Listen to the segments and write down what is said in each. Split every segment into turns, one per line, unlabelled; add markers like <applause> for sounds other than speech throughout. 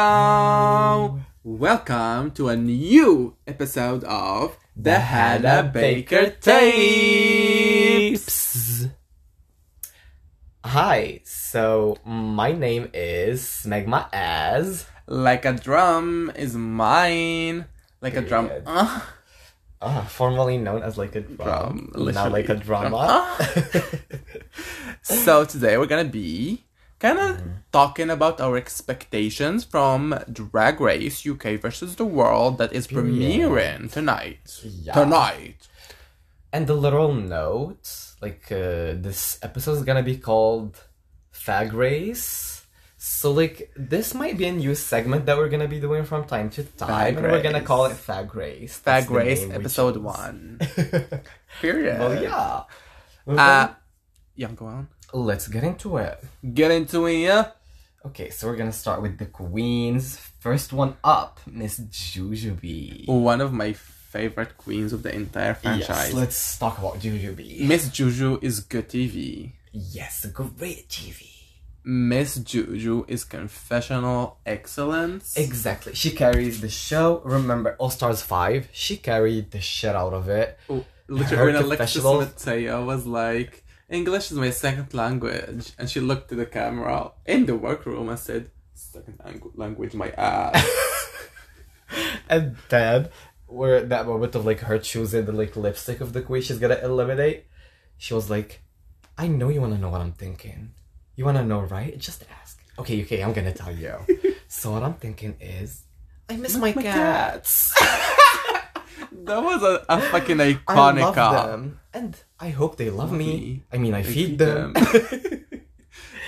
Hello! Welcome to a new episode of The Hannah Baker Tapes!
Hi, so my name is Smegma As.
Like a drum is mine. Like a drum. <laughs>
Period.
Uh,
Uh, formerly known as like a
Drum,
drum,
literally, Ah.
not like a drama.
so today we're gonna be kind of
Mm-hmm.
talking about our expectations from Drag Race UK versus the World that is premiering tonight.
Yeah.
Tonight.
and the literal note, like uh, this episode is gonna be called Fag Race. So like this might be a new segment that we're gonna be doing from time to time, and we're gonna
Race.
call it Fag Race. That's
Drag
the
Race
name we
episode
<laughs> chose.
one. Period.
<laughs> well, yeah.
Uh, yeah, go on.
Let's get into it.
Get into it.
Okay, so we're gonna start with the queens. First one up, Miss Jujubee.
One of my favorite queens of the entire franchise.
Yes, let's talk about Jujubee.
Miss Juju is good TV.
Yes, great TV.
Miss Juju is confessional excellence.
Exactly. She carries the show. Remember, All Stars 5, she carried the shit out of it.
Oh,
Her
Literally, when Alexis
confessional-
Mateo was like, English is my second language. And she looked to the camera in the workroom and said, Second lang- language, my ass.
And then, where that moment of like her choosing the like lipstick of the queen she's gonna eliminate, she was like, I know you wanna know what I'm thinking. You wanna know, right? Just ask. Okay, okay, I'm gonna tell <laughs> you. so what I'm thinking is, I miss <laughs> my,
my
cats.
<laughs> that was a, a fucking
I
iconic.
love them, and I hope they love me.
me.
I mean, I, feed,
feed
them.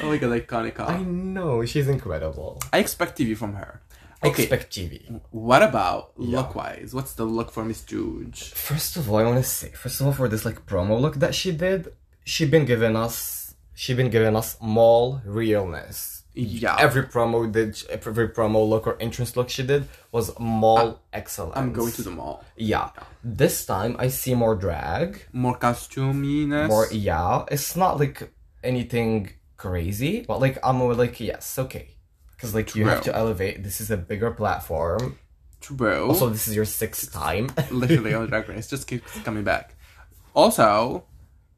Oh my god, iconic.
<laughs> I know she's incredible.
I expect TV from her.
I
Okay.
Expect TV.
What about look wise? What's the look for Miss Juge?
First of all, I want to say, first of all, for this like promo look that she did, she been giving us, she been giving us mall realness.
Yeah.
Every promo did, every promo look or entrance look she did was mall excellence.
I'm going to the mall.
Yeah. This time I see more drag.
More costuminess.
Or yeah, it's not like anything crazy, but like I'm more like yes, okay, because like you have
True.
to elevate. This is a bigger platform.
True.
Also, this is your sixth time.
<laughs> Literally on Drag Race. Just keeps coming back. Also,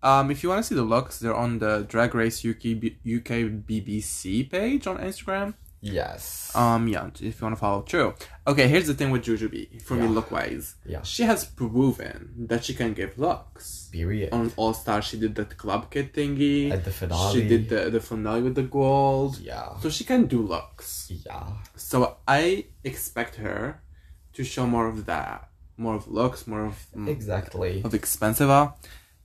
um, if you want to see the looks, they're on the Drag Race UK, B- UK BBC page on Instagram.
yes.
Um, yeah, if you want to follow. True. Okay, here's the thing with Jujubee. For me,
Yeah.
look wise.
Yeah.
She has proven that she can give looks.
Period.
on All Star, she did that club kid thingy.
At the finale.
she did the, the finale with the gold.
Yeah.
So she can do looks.
Yeah.
So I expect her to show more of that, more of looks, more of mm,
Exactly.
of expensive. uh,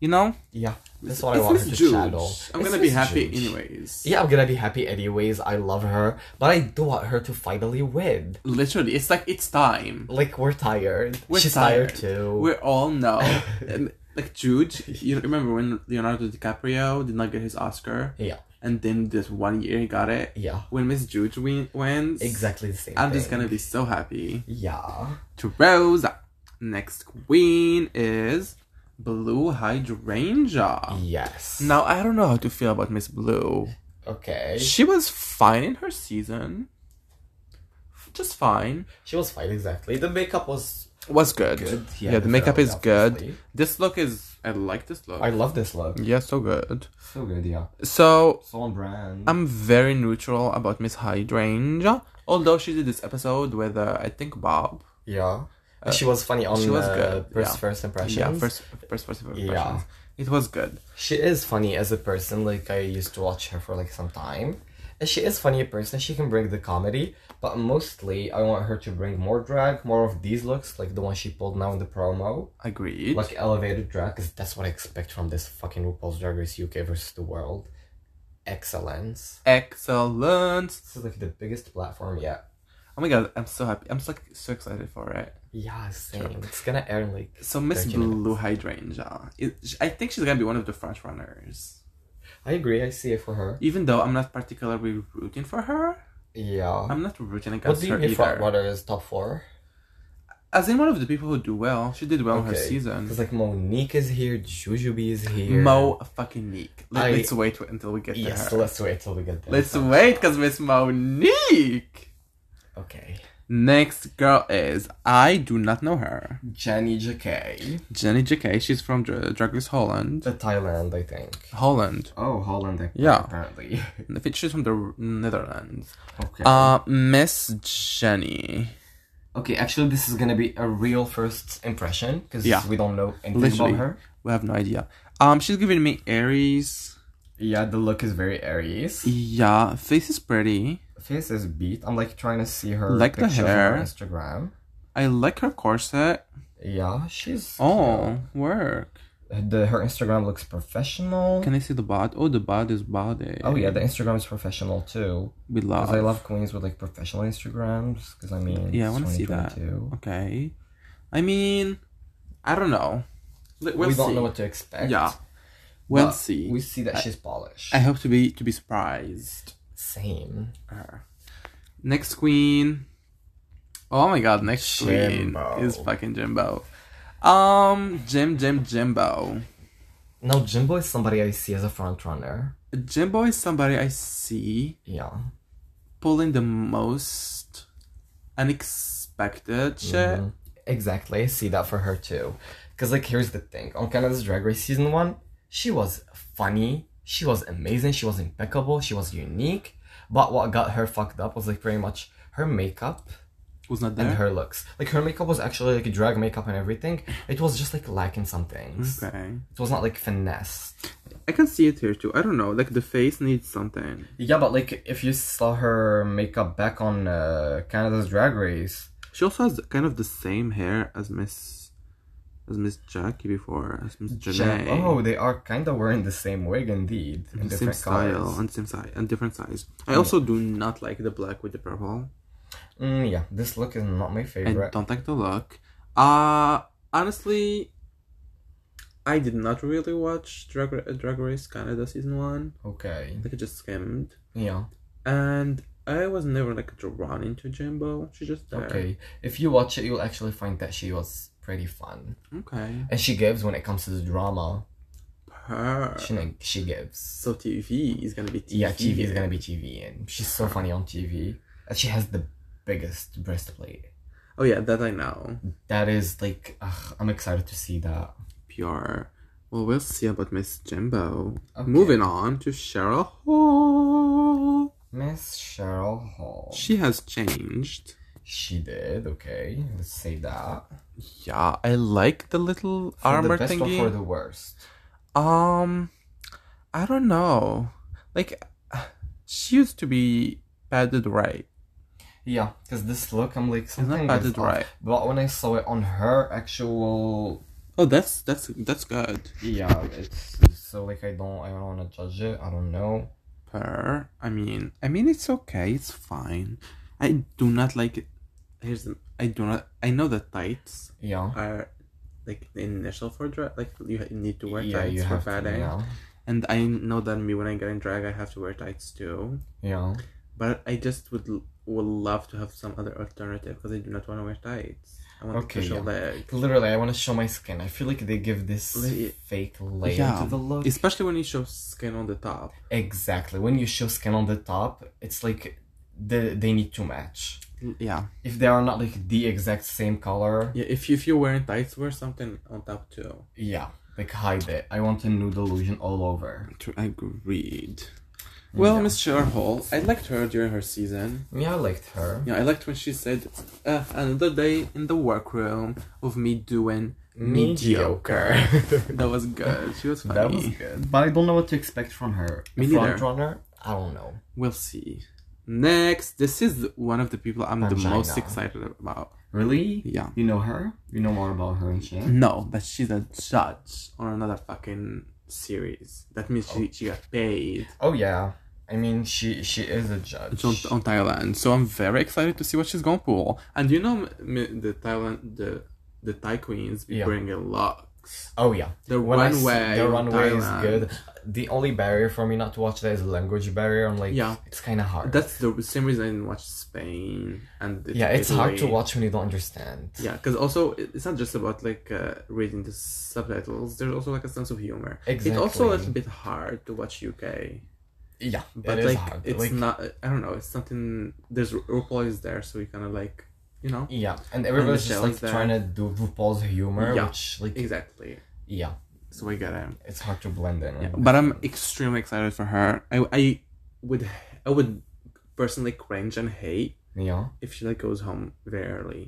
You know,
Yeah. That's what I
It's
wanted
Miss
to
Juge.
shadow.
I'm
It's
gonna be
Miss
happy
Juge.
anyways.
Yeah, I'm gonna be happy anyways. I love her, but I do want her to finally win.
Literally, it's like it's time.
Like we're tired.
We're
She's
tired.
tired, too.
We all
<laughs>
know. and, like Jude, you remember when Leonardo DiCaprio did not get his Oscar,
yeah.
and then this one year he got it.
Yeah.
When Miss Jude win- wins,
Exactly the same.
I'm just
thing.
gonna be so happy.
Yeah.
To Rose. Next queen is Blue Hydrangea.
Yes.
Now I don't know how to feel about Miss Blue.
Okay.
She was fine in her season. Just fine.
She was fine, exactly. The makeup was.
Was good.
Good,
Yeah,
yeah,
the makeup is
definitely.
good. This look is I like this look.
I love this look.
yeah, so good.
So good, yeah.
So
So on brand.
I'm very neutral about Miss Hydrangea. Although she did this episode with uh, I think Bob.
yeah. And she was funny on
uh, she was
uh,
good,
First,
yeah.
first impressions.
Yeah, first first first impressions.
Yeah.
It was good.
She is funny as a person. Like I used to watch her for like some time, and she is funny a person. She can bring the comedy, but mostly I want her to bring more drag, more of these looks, like the one she pulled now in the promo,
Agreed.
like elevated drag, because that's what I expect from this fucking RuPaul's Drag Race UK versus the world. Excellence.
Excellent.
This is like the biggest platform yet.
Oh my god, I'm so happy. I'm so, so excited for it.
Yeah, same. It's gonna air in like.
So Miss
30 minutes.
Blue Hydrangea, is, I think she's gonna be one of the front runners.
I agree. I see it for her.
Even though I'm not particularly rooting for her,
Yeah.
I'm not rooting
What
against
do you
her
mean front
either.
runner is top four?
As in one of the people who do well, she did well in her
Okay.
season.
Because like Monique is here, Jujubee is here.
Mo fucking Neek. Let,
I-
us wait until we get
<laughs> Yes.
to her.
Let's wait till we get there.
Let's wait, cause Miss Monique
Okay.
Next girl is I do not know her.
Jenny JK.
Jenny JK. She's from Dra- Drag Race Holland.
The Thailand, I think.
Holland.
Oh, Holland. ap-
Yeah.
Apparently. <laughs>
I think She's from the Netherlands.
okay.
Uh, Miss Jenny.
okay, actually, this is gonna be a real first impression because
Yeah.
we don't know anything
Literally.
about her.
We have no idea. Um, she's giving me Aries.
Yeah, the look is very Aries.
Yeah, face is pretty.
Face is beat. I'm like trying to see her
Like the
pictures on her
hair.
Instagram.
I like her corset.
Yeah, she's.
Oh, work.
cute. The, her Instagram looks professional.
Can I see the bod? Oh, the bod is body.
Oh yeah, the Instagram is professional too.
we love.
'Cause I love queens with like professional Instagrams. Because I mean,
Uh, Yeah, I
it's
wanna see that.
2022.
Okay, I mean, I don't know. L- We'll
we don't
see.
know what to expect.
Yeah, we'll
but
see.
We see that she's polished.
I hope to be to be surprised.
Same.
Uh, Next queen. Oh my god, next
Jimbo.
queen is fucking Jimbo. Um, Jim, Jim, Jimbo.
Now Jimbo is somebody I see as a front runner.
Jimbo is somebody I see
Yeah.
pulling the most unexpected shit.
Mhm. Exactly. I see that for her too. Cause like here's the thing. On Canada's Drag Race season one, she was funny. She was amazing. She was impeccable. She was unique. But what got her fucked up was like pretty much her makeup
Was not there.
and her looks. Like her makeup was actually like drag makeup and everything. It was just like lacking some things.
Okay.
It was not like finesse.
I can see it here too. I don't know. Like the face needs something.
Yeah, but like if you saw her makeup back on uh, Canada's Drag Race,
She also has kind of the same hair as Miss as Miss Jackie before, as Miss Janae.
Jen- oh, they are kind of wearing the same wig indeed, in
And the same
different
style
colors.
and same size and different size. I also do not like the black with the purple.
Mm, yeah, this look is not my
I
favorite.
don't like the look. Uh honestly, I did not really watch Drag Ra- Drag Race Canada season one.
Okay.
Like I just skimmed,
Yeah.
and I was never like drawn into Jimbo. She just there.
Okay. If you watch it, you'll actually find that she was pretty fun,
Okay.
and she gives when it comes to the drama.
Her.
She she gives.
So TV is gonna be TV.
Yeah, TV is gonna be TV, and she's so funny on TV. And she has the biggest breastplate.
Oh yeah, that I know.
That is like, ugh, I'm excited to see that.
Pure. Well, we'll see about Miss Jimbo.
Okay.
Moving on to Cheryl Hall.
Miss Cheryl Hall.
She has changed.
She did, okay. Let's say that.
Yeah, I like the little
For
armor
the best
thingy.
or for the worst.
Um, I don't know. Like, she used to be padded right.
Yeah, because this look, I'm like something.
padded
is off.
right.
But when I saw it on her actual,
Oh, that's that's that's good.
yeah, it's so like I don't, I don't want to judge it. I don't know.
Per, I mean, I mean, it's okay. It's fine. I do not like it. Here's the. I do not. I know the tights
Yeah.
are like the initial for drag. Like you ha- need to wear
yeah,
tights
you
for
have to.
padding.
Yeah.
And I know that me when I get in drag, I have to wear tights too.
Yeah.
But I just would l- would love to have some other alternative because I do not want to wear tights. I want
Okay,
to show
yeah.
leg,
Literally, I want to show my skin. I feel like they give this
Li-
fake layer
yeah.
to the look.
especially when you show skin on the top.
Exactly. When you show skin on the top, it's like the, they need to match.
Yeah,
If they are not like the exact same color,
yeah. If you, if you're wearing tights, wear something on top too.
Yeah, like hide it. I want a new delusion all over.
Agreed. Well,
Yeah.
Miss Cheryl Hall, I liked her during her season.
Yeah, I liked her.
Yeah, I liked when she said, uh, "Another day in the workroom of me doing
Mediocre.
That was good. She was funny.
that was good. But I don't know what to expect from her.
Me
The
neither.
front runner? I don't know.
We'll see. Next, this is one of the people I'm the
Vagina.
most excited about.
Really?
Yeah.
You know her? You know more about her and shit?
No, but she's a judge on another fucking series. That means she, she got paid
Oh yeah. I mean, she she is a judge.
on, on Thailand. So I'm very excited to see what she's gonna pull. And you know m- m- the Thailand the the Thai queens be
Yeah.
bringing locks.
Oh yeah.
The
I
runway.
s- the
in
runway
Thailand.
is good. The only barrier for me not to watch that is language barrier. I'm like,
Yeah.
it's kind of hard.
That's the same reason I didn't watch Spain and
yeah, it's hard to
Italy.
watch when you don't understand.
Yeah, because also it- it's not just about like uh, reading the subtitles. There's also like a sense of humor. It's also a
Exactly.
little bit hard to watch UK.
Yeah,
But
it is
like,
hard.
it's
like,
not. I don't know. It's something. There's RuPaul is there, so we kind of like, you know,
Yeah, and everybody's just
Michelle's
like
there.
trying to do RuPaul's humor,
Yeah.
which like
exactly.
yeah,
So we get it.
it's hard to blend in.
Yeah, but I'm extremely excited for her. I I would I would personally cringe and hate
yeah,
if she like goes home very early.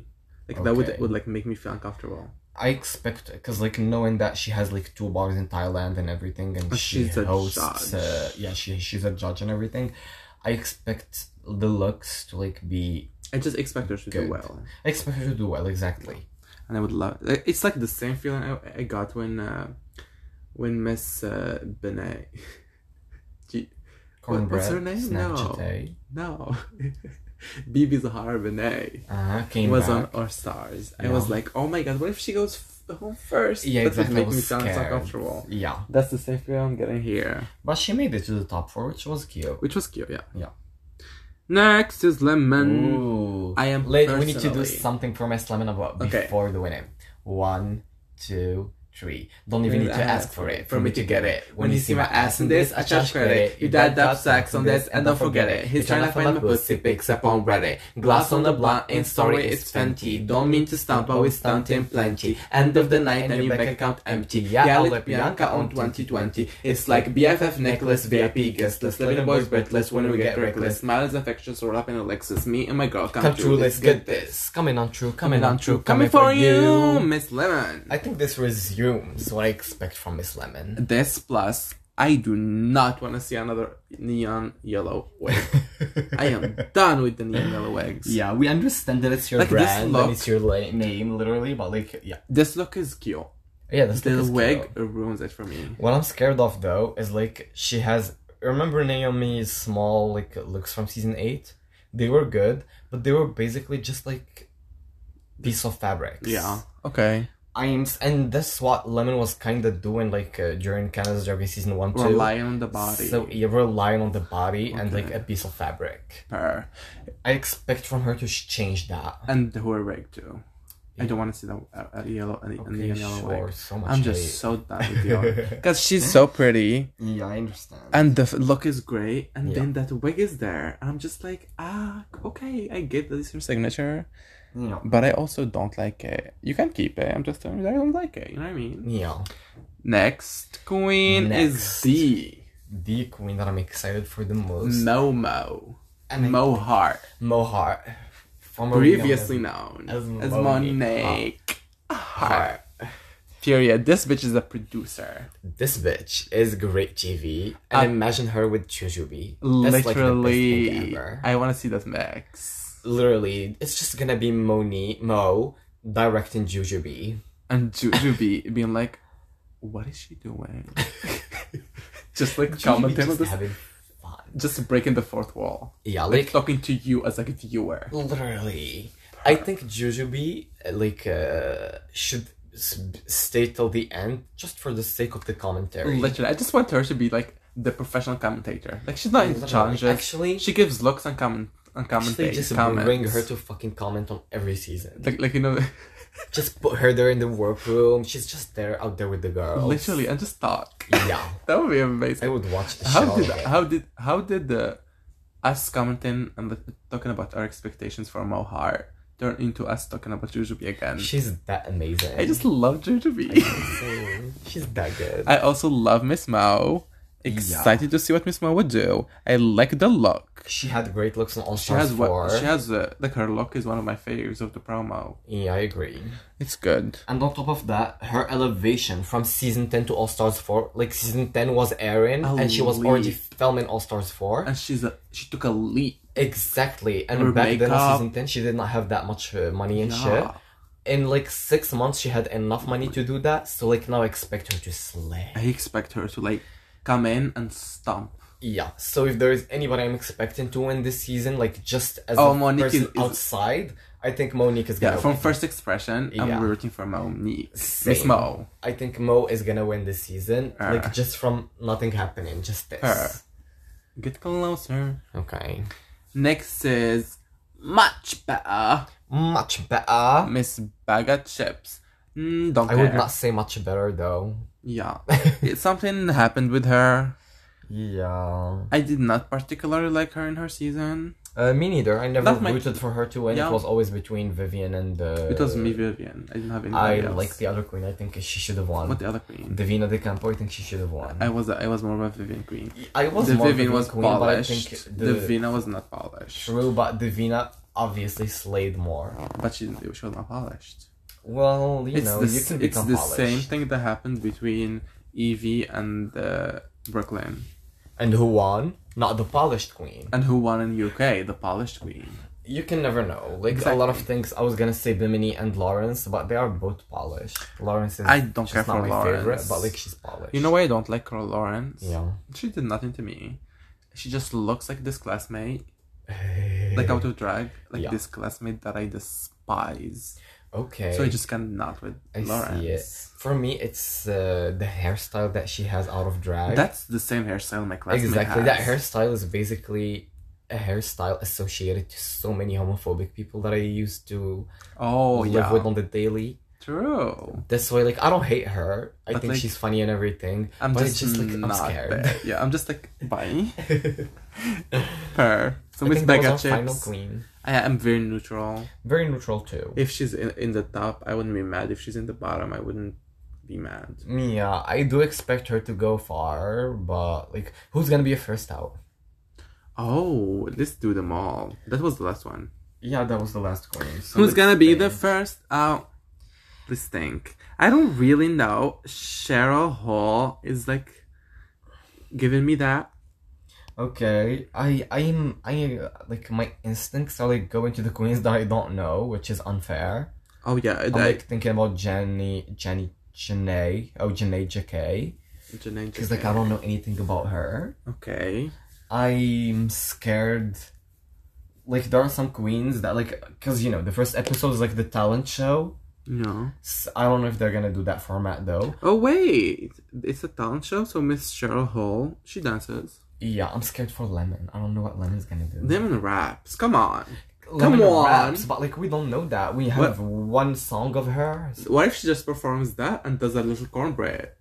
Like that would
Okay.
would like make me feel uncomfortable.
I expect because like knowing that she has like two bars in Thailand and everything, and
But
she
she's a
hosts.
judge.
Uh, yeah, she she's a judge and everything. I expect the looks to like be.
I just expect her to
Good.
do well,
I expect her to do well. Exactly.
and I would love. It's like the same feeling I, I got when uh, when Miss uh, Benet. <laughs> Gee, What-
Cornbread. eh?
what's her name? No. no, <laughs> Bibi Zahara Benet
Uh, came
was
back.
on Our Stars. I
Yeah.
was like, oh my god, what if she goes f- home first?
Yeah,
that
exactly. I
would make
was
me sound so
scared.
uncomfortable.
Yeah,
That's the same feeling I'm getting here.
but she made it to the top four, which was cute.
Which was cute, yeah.
Yeah.
Next is Lemon.
Ooh.
I am
Late, we need to do
personally-
something for Miss Lemon about
Okay.
before doing it. One, two, three. Don't even need to ask for it.
For me to get it. When you see my ass in this, I charge credit. You dad up sex on this, and don't forget it. He's trying to find my pussy pics up on Reddit. Glass on the blunt, and story is plenty. Don't mean to stump, but we stunting plenty. End of the night, and your bank account empty. Yeah, I let Bianca on 2020. It's like BFF necklace, VIP guest list. Living boys breathless when we get reckless. Smiles, affections roll up in a Lexus. Me and my girl come,
Come true, let's get
this.
this. Coming on true, coming
Coming
on
on
true,
true, coming for you, Miss Lemon.
I think this resumes what I expect from Miss Lemon.
this plus i do not want to see another neon yellow
<laughs>
wig i am done with the neon yellow wigs
Yeah, we understand that it's your
Like, this
brand and
look-
it's your la- name, literally, but like, yeah,
this look is cute
yeah, this
the
look is
wig
cute.
ruins it for me
What I'm scared of though is like she has. Remember Naomi's small like looks from season eight? They were good, but they were basically just like piece of fabrics.
yeah okay
I'm, s- and that's what Lemon was kind of doing like uh, during Canada's Drag Race season one too.
rely on the body
So you relying on the body and like
Okay.
a piece of fabric.
Per.
I expect from her to sh- change that.
and the whole wig too i don't want to see that a, a yellow a, a neon yellow wig
So much.
i'm
hate.
just so done with you
<laughs>
because she's so pretty
yeah, I understand.
and the f- look is great and
Yeah.
then that wig is there and i'm just like ah okay i get that it's her signature
yeah.
but I also don't like it. You can keep it. I'm just telling you that I don't like it. You know what I mean?
Yeah.
Next queen
Next.
is the
The queen that I'm excited for the most.
Momo
And I-
Mohart,
Mohart. Formerly
previously
known
known as,
as Monique
Monique Hart. Period. This bitch is a producer.
as- This bitch is great TV. And imagine her with Chujubi. That's like the best
Uh, Literally,
thing ever.
I want to see that mix.
Literally, it's just gonna be Moni Mo directing Jujubi.
And Jujubee being like, "What is she
<laughs>
doing?" just like commenting on
just
this,
having fun.
just breaking the fourth wall,
Yeah, like
talking to you as like a viewer.
literally. I think Jujubi uh, like uh, should s- stay till the end just for the sake of the commentary.
Literally, I just want her to be like the professional commentator. Like she's not in
Literally.
challenges.
Actually-
she gives looks and comment and
Actually,
commentate.
just
comments.
bring her to fucking comment on every season.
like like you know,
just put her there in the workroom. She's just there out there with the girls.
<laughs> literally, and just talk.
Yeah.
that would be
I
amazing.
would watch the
How
show.
did how did how did the us commenting and like, talking about our expectations for Mohar turn into us talking about Jujubee again?
She's that amazing.
I just love <laughs> Jujubee.
Mm, She's that good.
I also love Miss Mo. Excited to see what Miss Mo would do. I like the look.
She had great looks on All
She
Stars
has
4.
what she has uh, like her look is one of my faves of the promo.
Yeah, I agree.
It's good.
And on top of that, her elevation from season 10 to All Stars 4, like season 10 was airing
A
and she was already
leap.
filming All Stars 4.
And she's a she took a leap.
Exactly.
Her
And back then on
makeup.
season 10, she did not have that much uh, money and
Yeah.
shit. In like 6 months, she had enough money to do that. So like now I expect her to slay.
I expect her to like come in and stomp.
Yeah. So if there is anybody I'm expecting to win this season, like just as
Oh,
a
Monique
person
is- is-
outside, I think Monique is
Yeah,
gonna.
from
win.
first expression,
Yeah.
I'm rooting for Monique. Miss
Same.
Mo.
I think Mo is gonna win this season,
Uh.
like just from nothing happening, just this.
Her. Get closer.
Okay.
Next is much better.
Much better.
Miss Bag of Chips. Mm, don't
I
care.
<laughs> would not say much better though.
Yeah. It- something happened with her.
Yeah.
I did not particularly like her in her season.
Uh, me neither. I never
That's my-
rooted for her to win.
Yeah.
It was always between Vivian and. Uh,
It was me, Vivian. I didn't have any.
I like the other queen. I think she should have won.
What the other queen?
Davina De Campo. I think she should have won.
I was I was more of a Vivian queen.
I was
Um, the
more
Vivian
Vivian
was
queen,
polished.
but I think
the...
the
Vina was not polished,
true, but Davina obviously slayed more.
but she didn't. She was not polished.
Well, you know,
the,
you
s-
can
it's
become
the
polished.
same thing that happened between Evie and uh, Brooklyn,
And who won? Not the polished queen.
and who won in UK? The polished queen.
You can never know. Like a lot of things, I was gonna say Bimini and Lawrence, but they are both polished. Lawrence is.
I don't
she's
care
not
for
my favorite,
Lawrence.
but like she's polished.
You know why I don't like Carl Lawrence?
Yeah.
She did nothing to me. She just looks like this classmate, like out of drag, like
Yeah.
this classmate that I despise.
<sighs> Okay.
So I just cannot with
I
Lawrence.
see it. For me, it's uh, the hairstyle that she has out of drag.
That's the same hairstyle my classmate
exactly
has.
that hairstyle is basically a hairstyle associated to so many homophobic people that I used to
Oh
live
yeah,
with on the daily.
true.
This way, like I don't hate her. I
But,
think
like,
she's funny and everything.
I'm
but
just,
it's just like I'm
not
scared.
there. Yeah, I'm just like
<laughs>
bye.
I
Her. So with
think that was
mega
our final
chips,
queen.
I am very neutral.
Very neutral too.
If she's in, in the top, I wouldn't be mad. If she's in the bottom, I wouldn't be mad.
Mia, I do expect her to go far, but like, who's gonna be a first out?
Oh, let's do them all. That was the last one.
Yeah, that was the last queen.
Who's gonna be the first out? Let's think. I don't really know. Cheryl Hall is like giving me that.
Okay, I I'm I uh, like my instincts are like going to the queens that I don't know, which is unfair.
Oh yeah, I
I'm like thinking about Jenny Jenny Janae oh Janae JK
Janae
because like I don't know anything about her.
Okay.
I'm scared. Like there are some queens that like because you know the first episode is like the talent show.
No.
S I don't know if they're gonna do that format though.
Oh wait, it's a talent show. So Miss Cheryl Hall, she dances.
Yeah, I'm scared for Lemon. I don't know what Lemon's gonna do.
Lemon raps. Come on.
Lemon
come on.
raps, but like we don't know that. We have one song of hers.
What if she just performs that and does a little cornbread?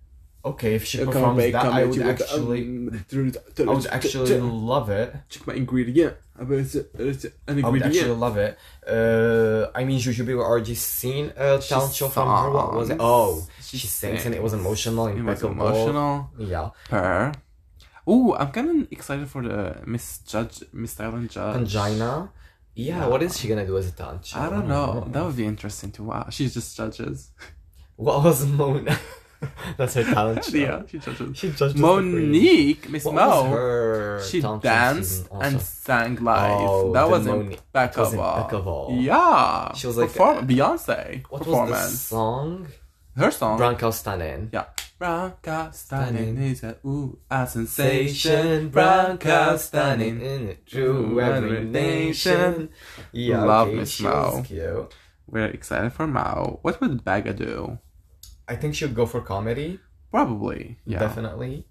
Okay, if she performs that, I would actually, I
Um,
would actually love it.
check my ingredient. I bet it's, it's an
I would actually
ingredient.
love it. Uh, I mean, Jujubee were already seen uh, a talent show from her. What was it?
songs.
Oh,
She
she, sings, and it was emotional,
It was
impeccable.
emotional.
Yeah,
Her. Ooh, I'm kind of excited for the Miss Judge, Miss Thailand Judge.
Angina. Yeah, what is she gonna do as a talent show?
I don't know. That would be interesting to watch. She just judges.
What was Mona? <laughs> That's her talent
<laughs>
show.
yeah, she judges.
She judged
Monique, Miss
What
Mo.
was her
she
talent show
danced
season also?
and sang live.
Oh,
that
the
was
Moni-
impeccable.
was impeccable.
Yeah.
She was like,
Perform-
uh,
Beyonce
What was the
performance.
song?
Her song.
Branko Stanin.
yeah. Branca stunning
Stunning.
is a ooh a sensation.
Sensation,
Branca
Branko
stunning.
Stanin in it, true every nation. Yeah,
Love
okay,
Miss
she was
Mao.
cute.
We're excited for Mao. What would Baga do?
I think she'll go for comedy.
Probably. Yeah.
Definitely.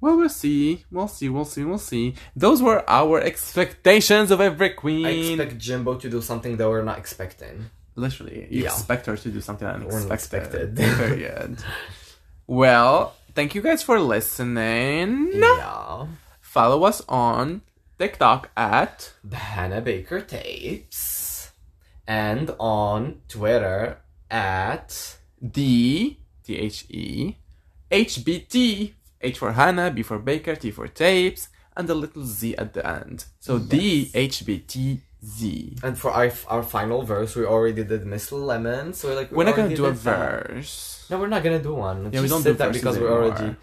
Well, we'll see. We'll see. We'll see. We'll see. Those were our expectations of every queen.
I expect Jimbo to do something that we're not expecting.
Literally, you
Yeah.
expect her to do something unexpected.
Unexpected. <laughs>
Period. well, thank you guys for listening.
Yeah.
Follow us on TikTok at
The Hannah Baker tapes. And on Twitter at
D T H E H B T H for Hannah, B for Baker, T for tapes, and a little Z at the end. So D H B T Z.
and for our, our final verse, we already did Miss Lemon, so we're like we
We're not
already
gonna do a
did that.
verse.
No, we're not gonna do one.
Yeah, we
Just
don't
said
do
that
verses
because we're
anymore.
already.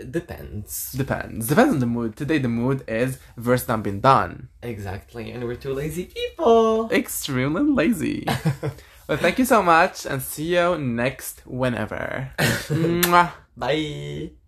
It Depends.
Depends. Depends on the mood. Today the mood is verse done been done.
Exactly, and we're two lazy people.
<laughs>
<laughs>
extremely lazy. well, thank you so much and see you next whenever. Mwah.
Mm. Bye.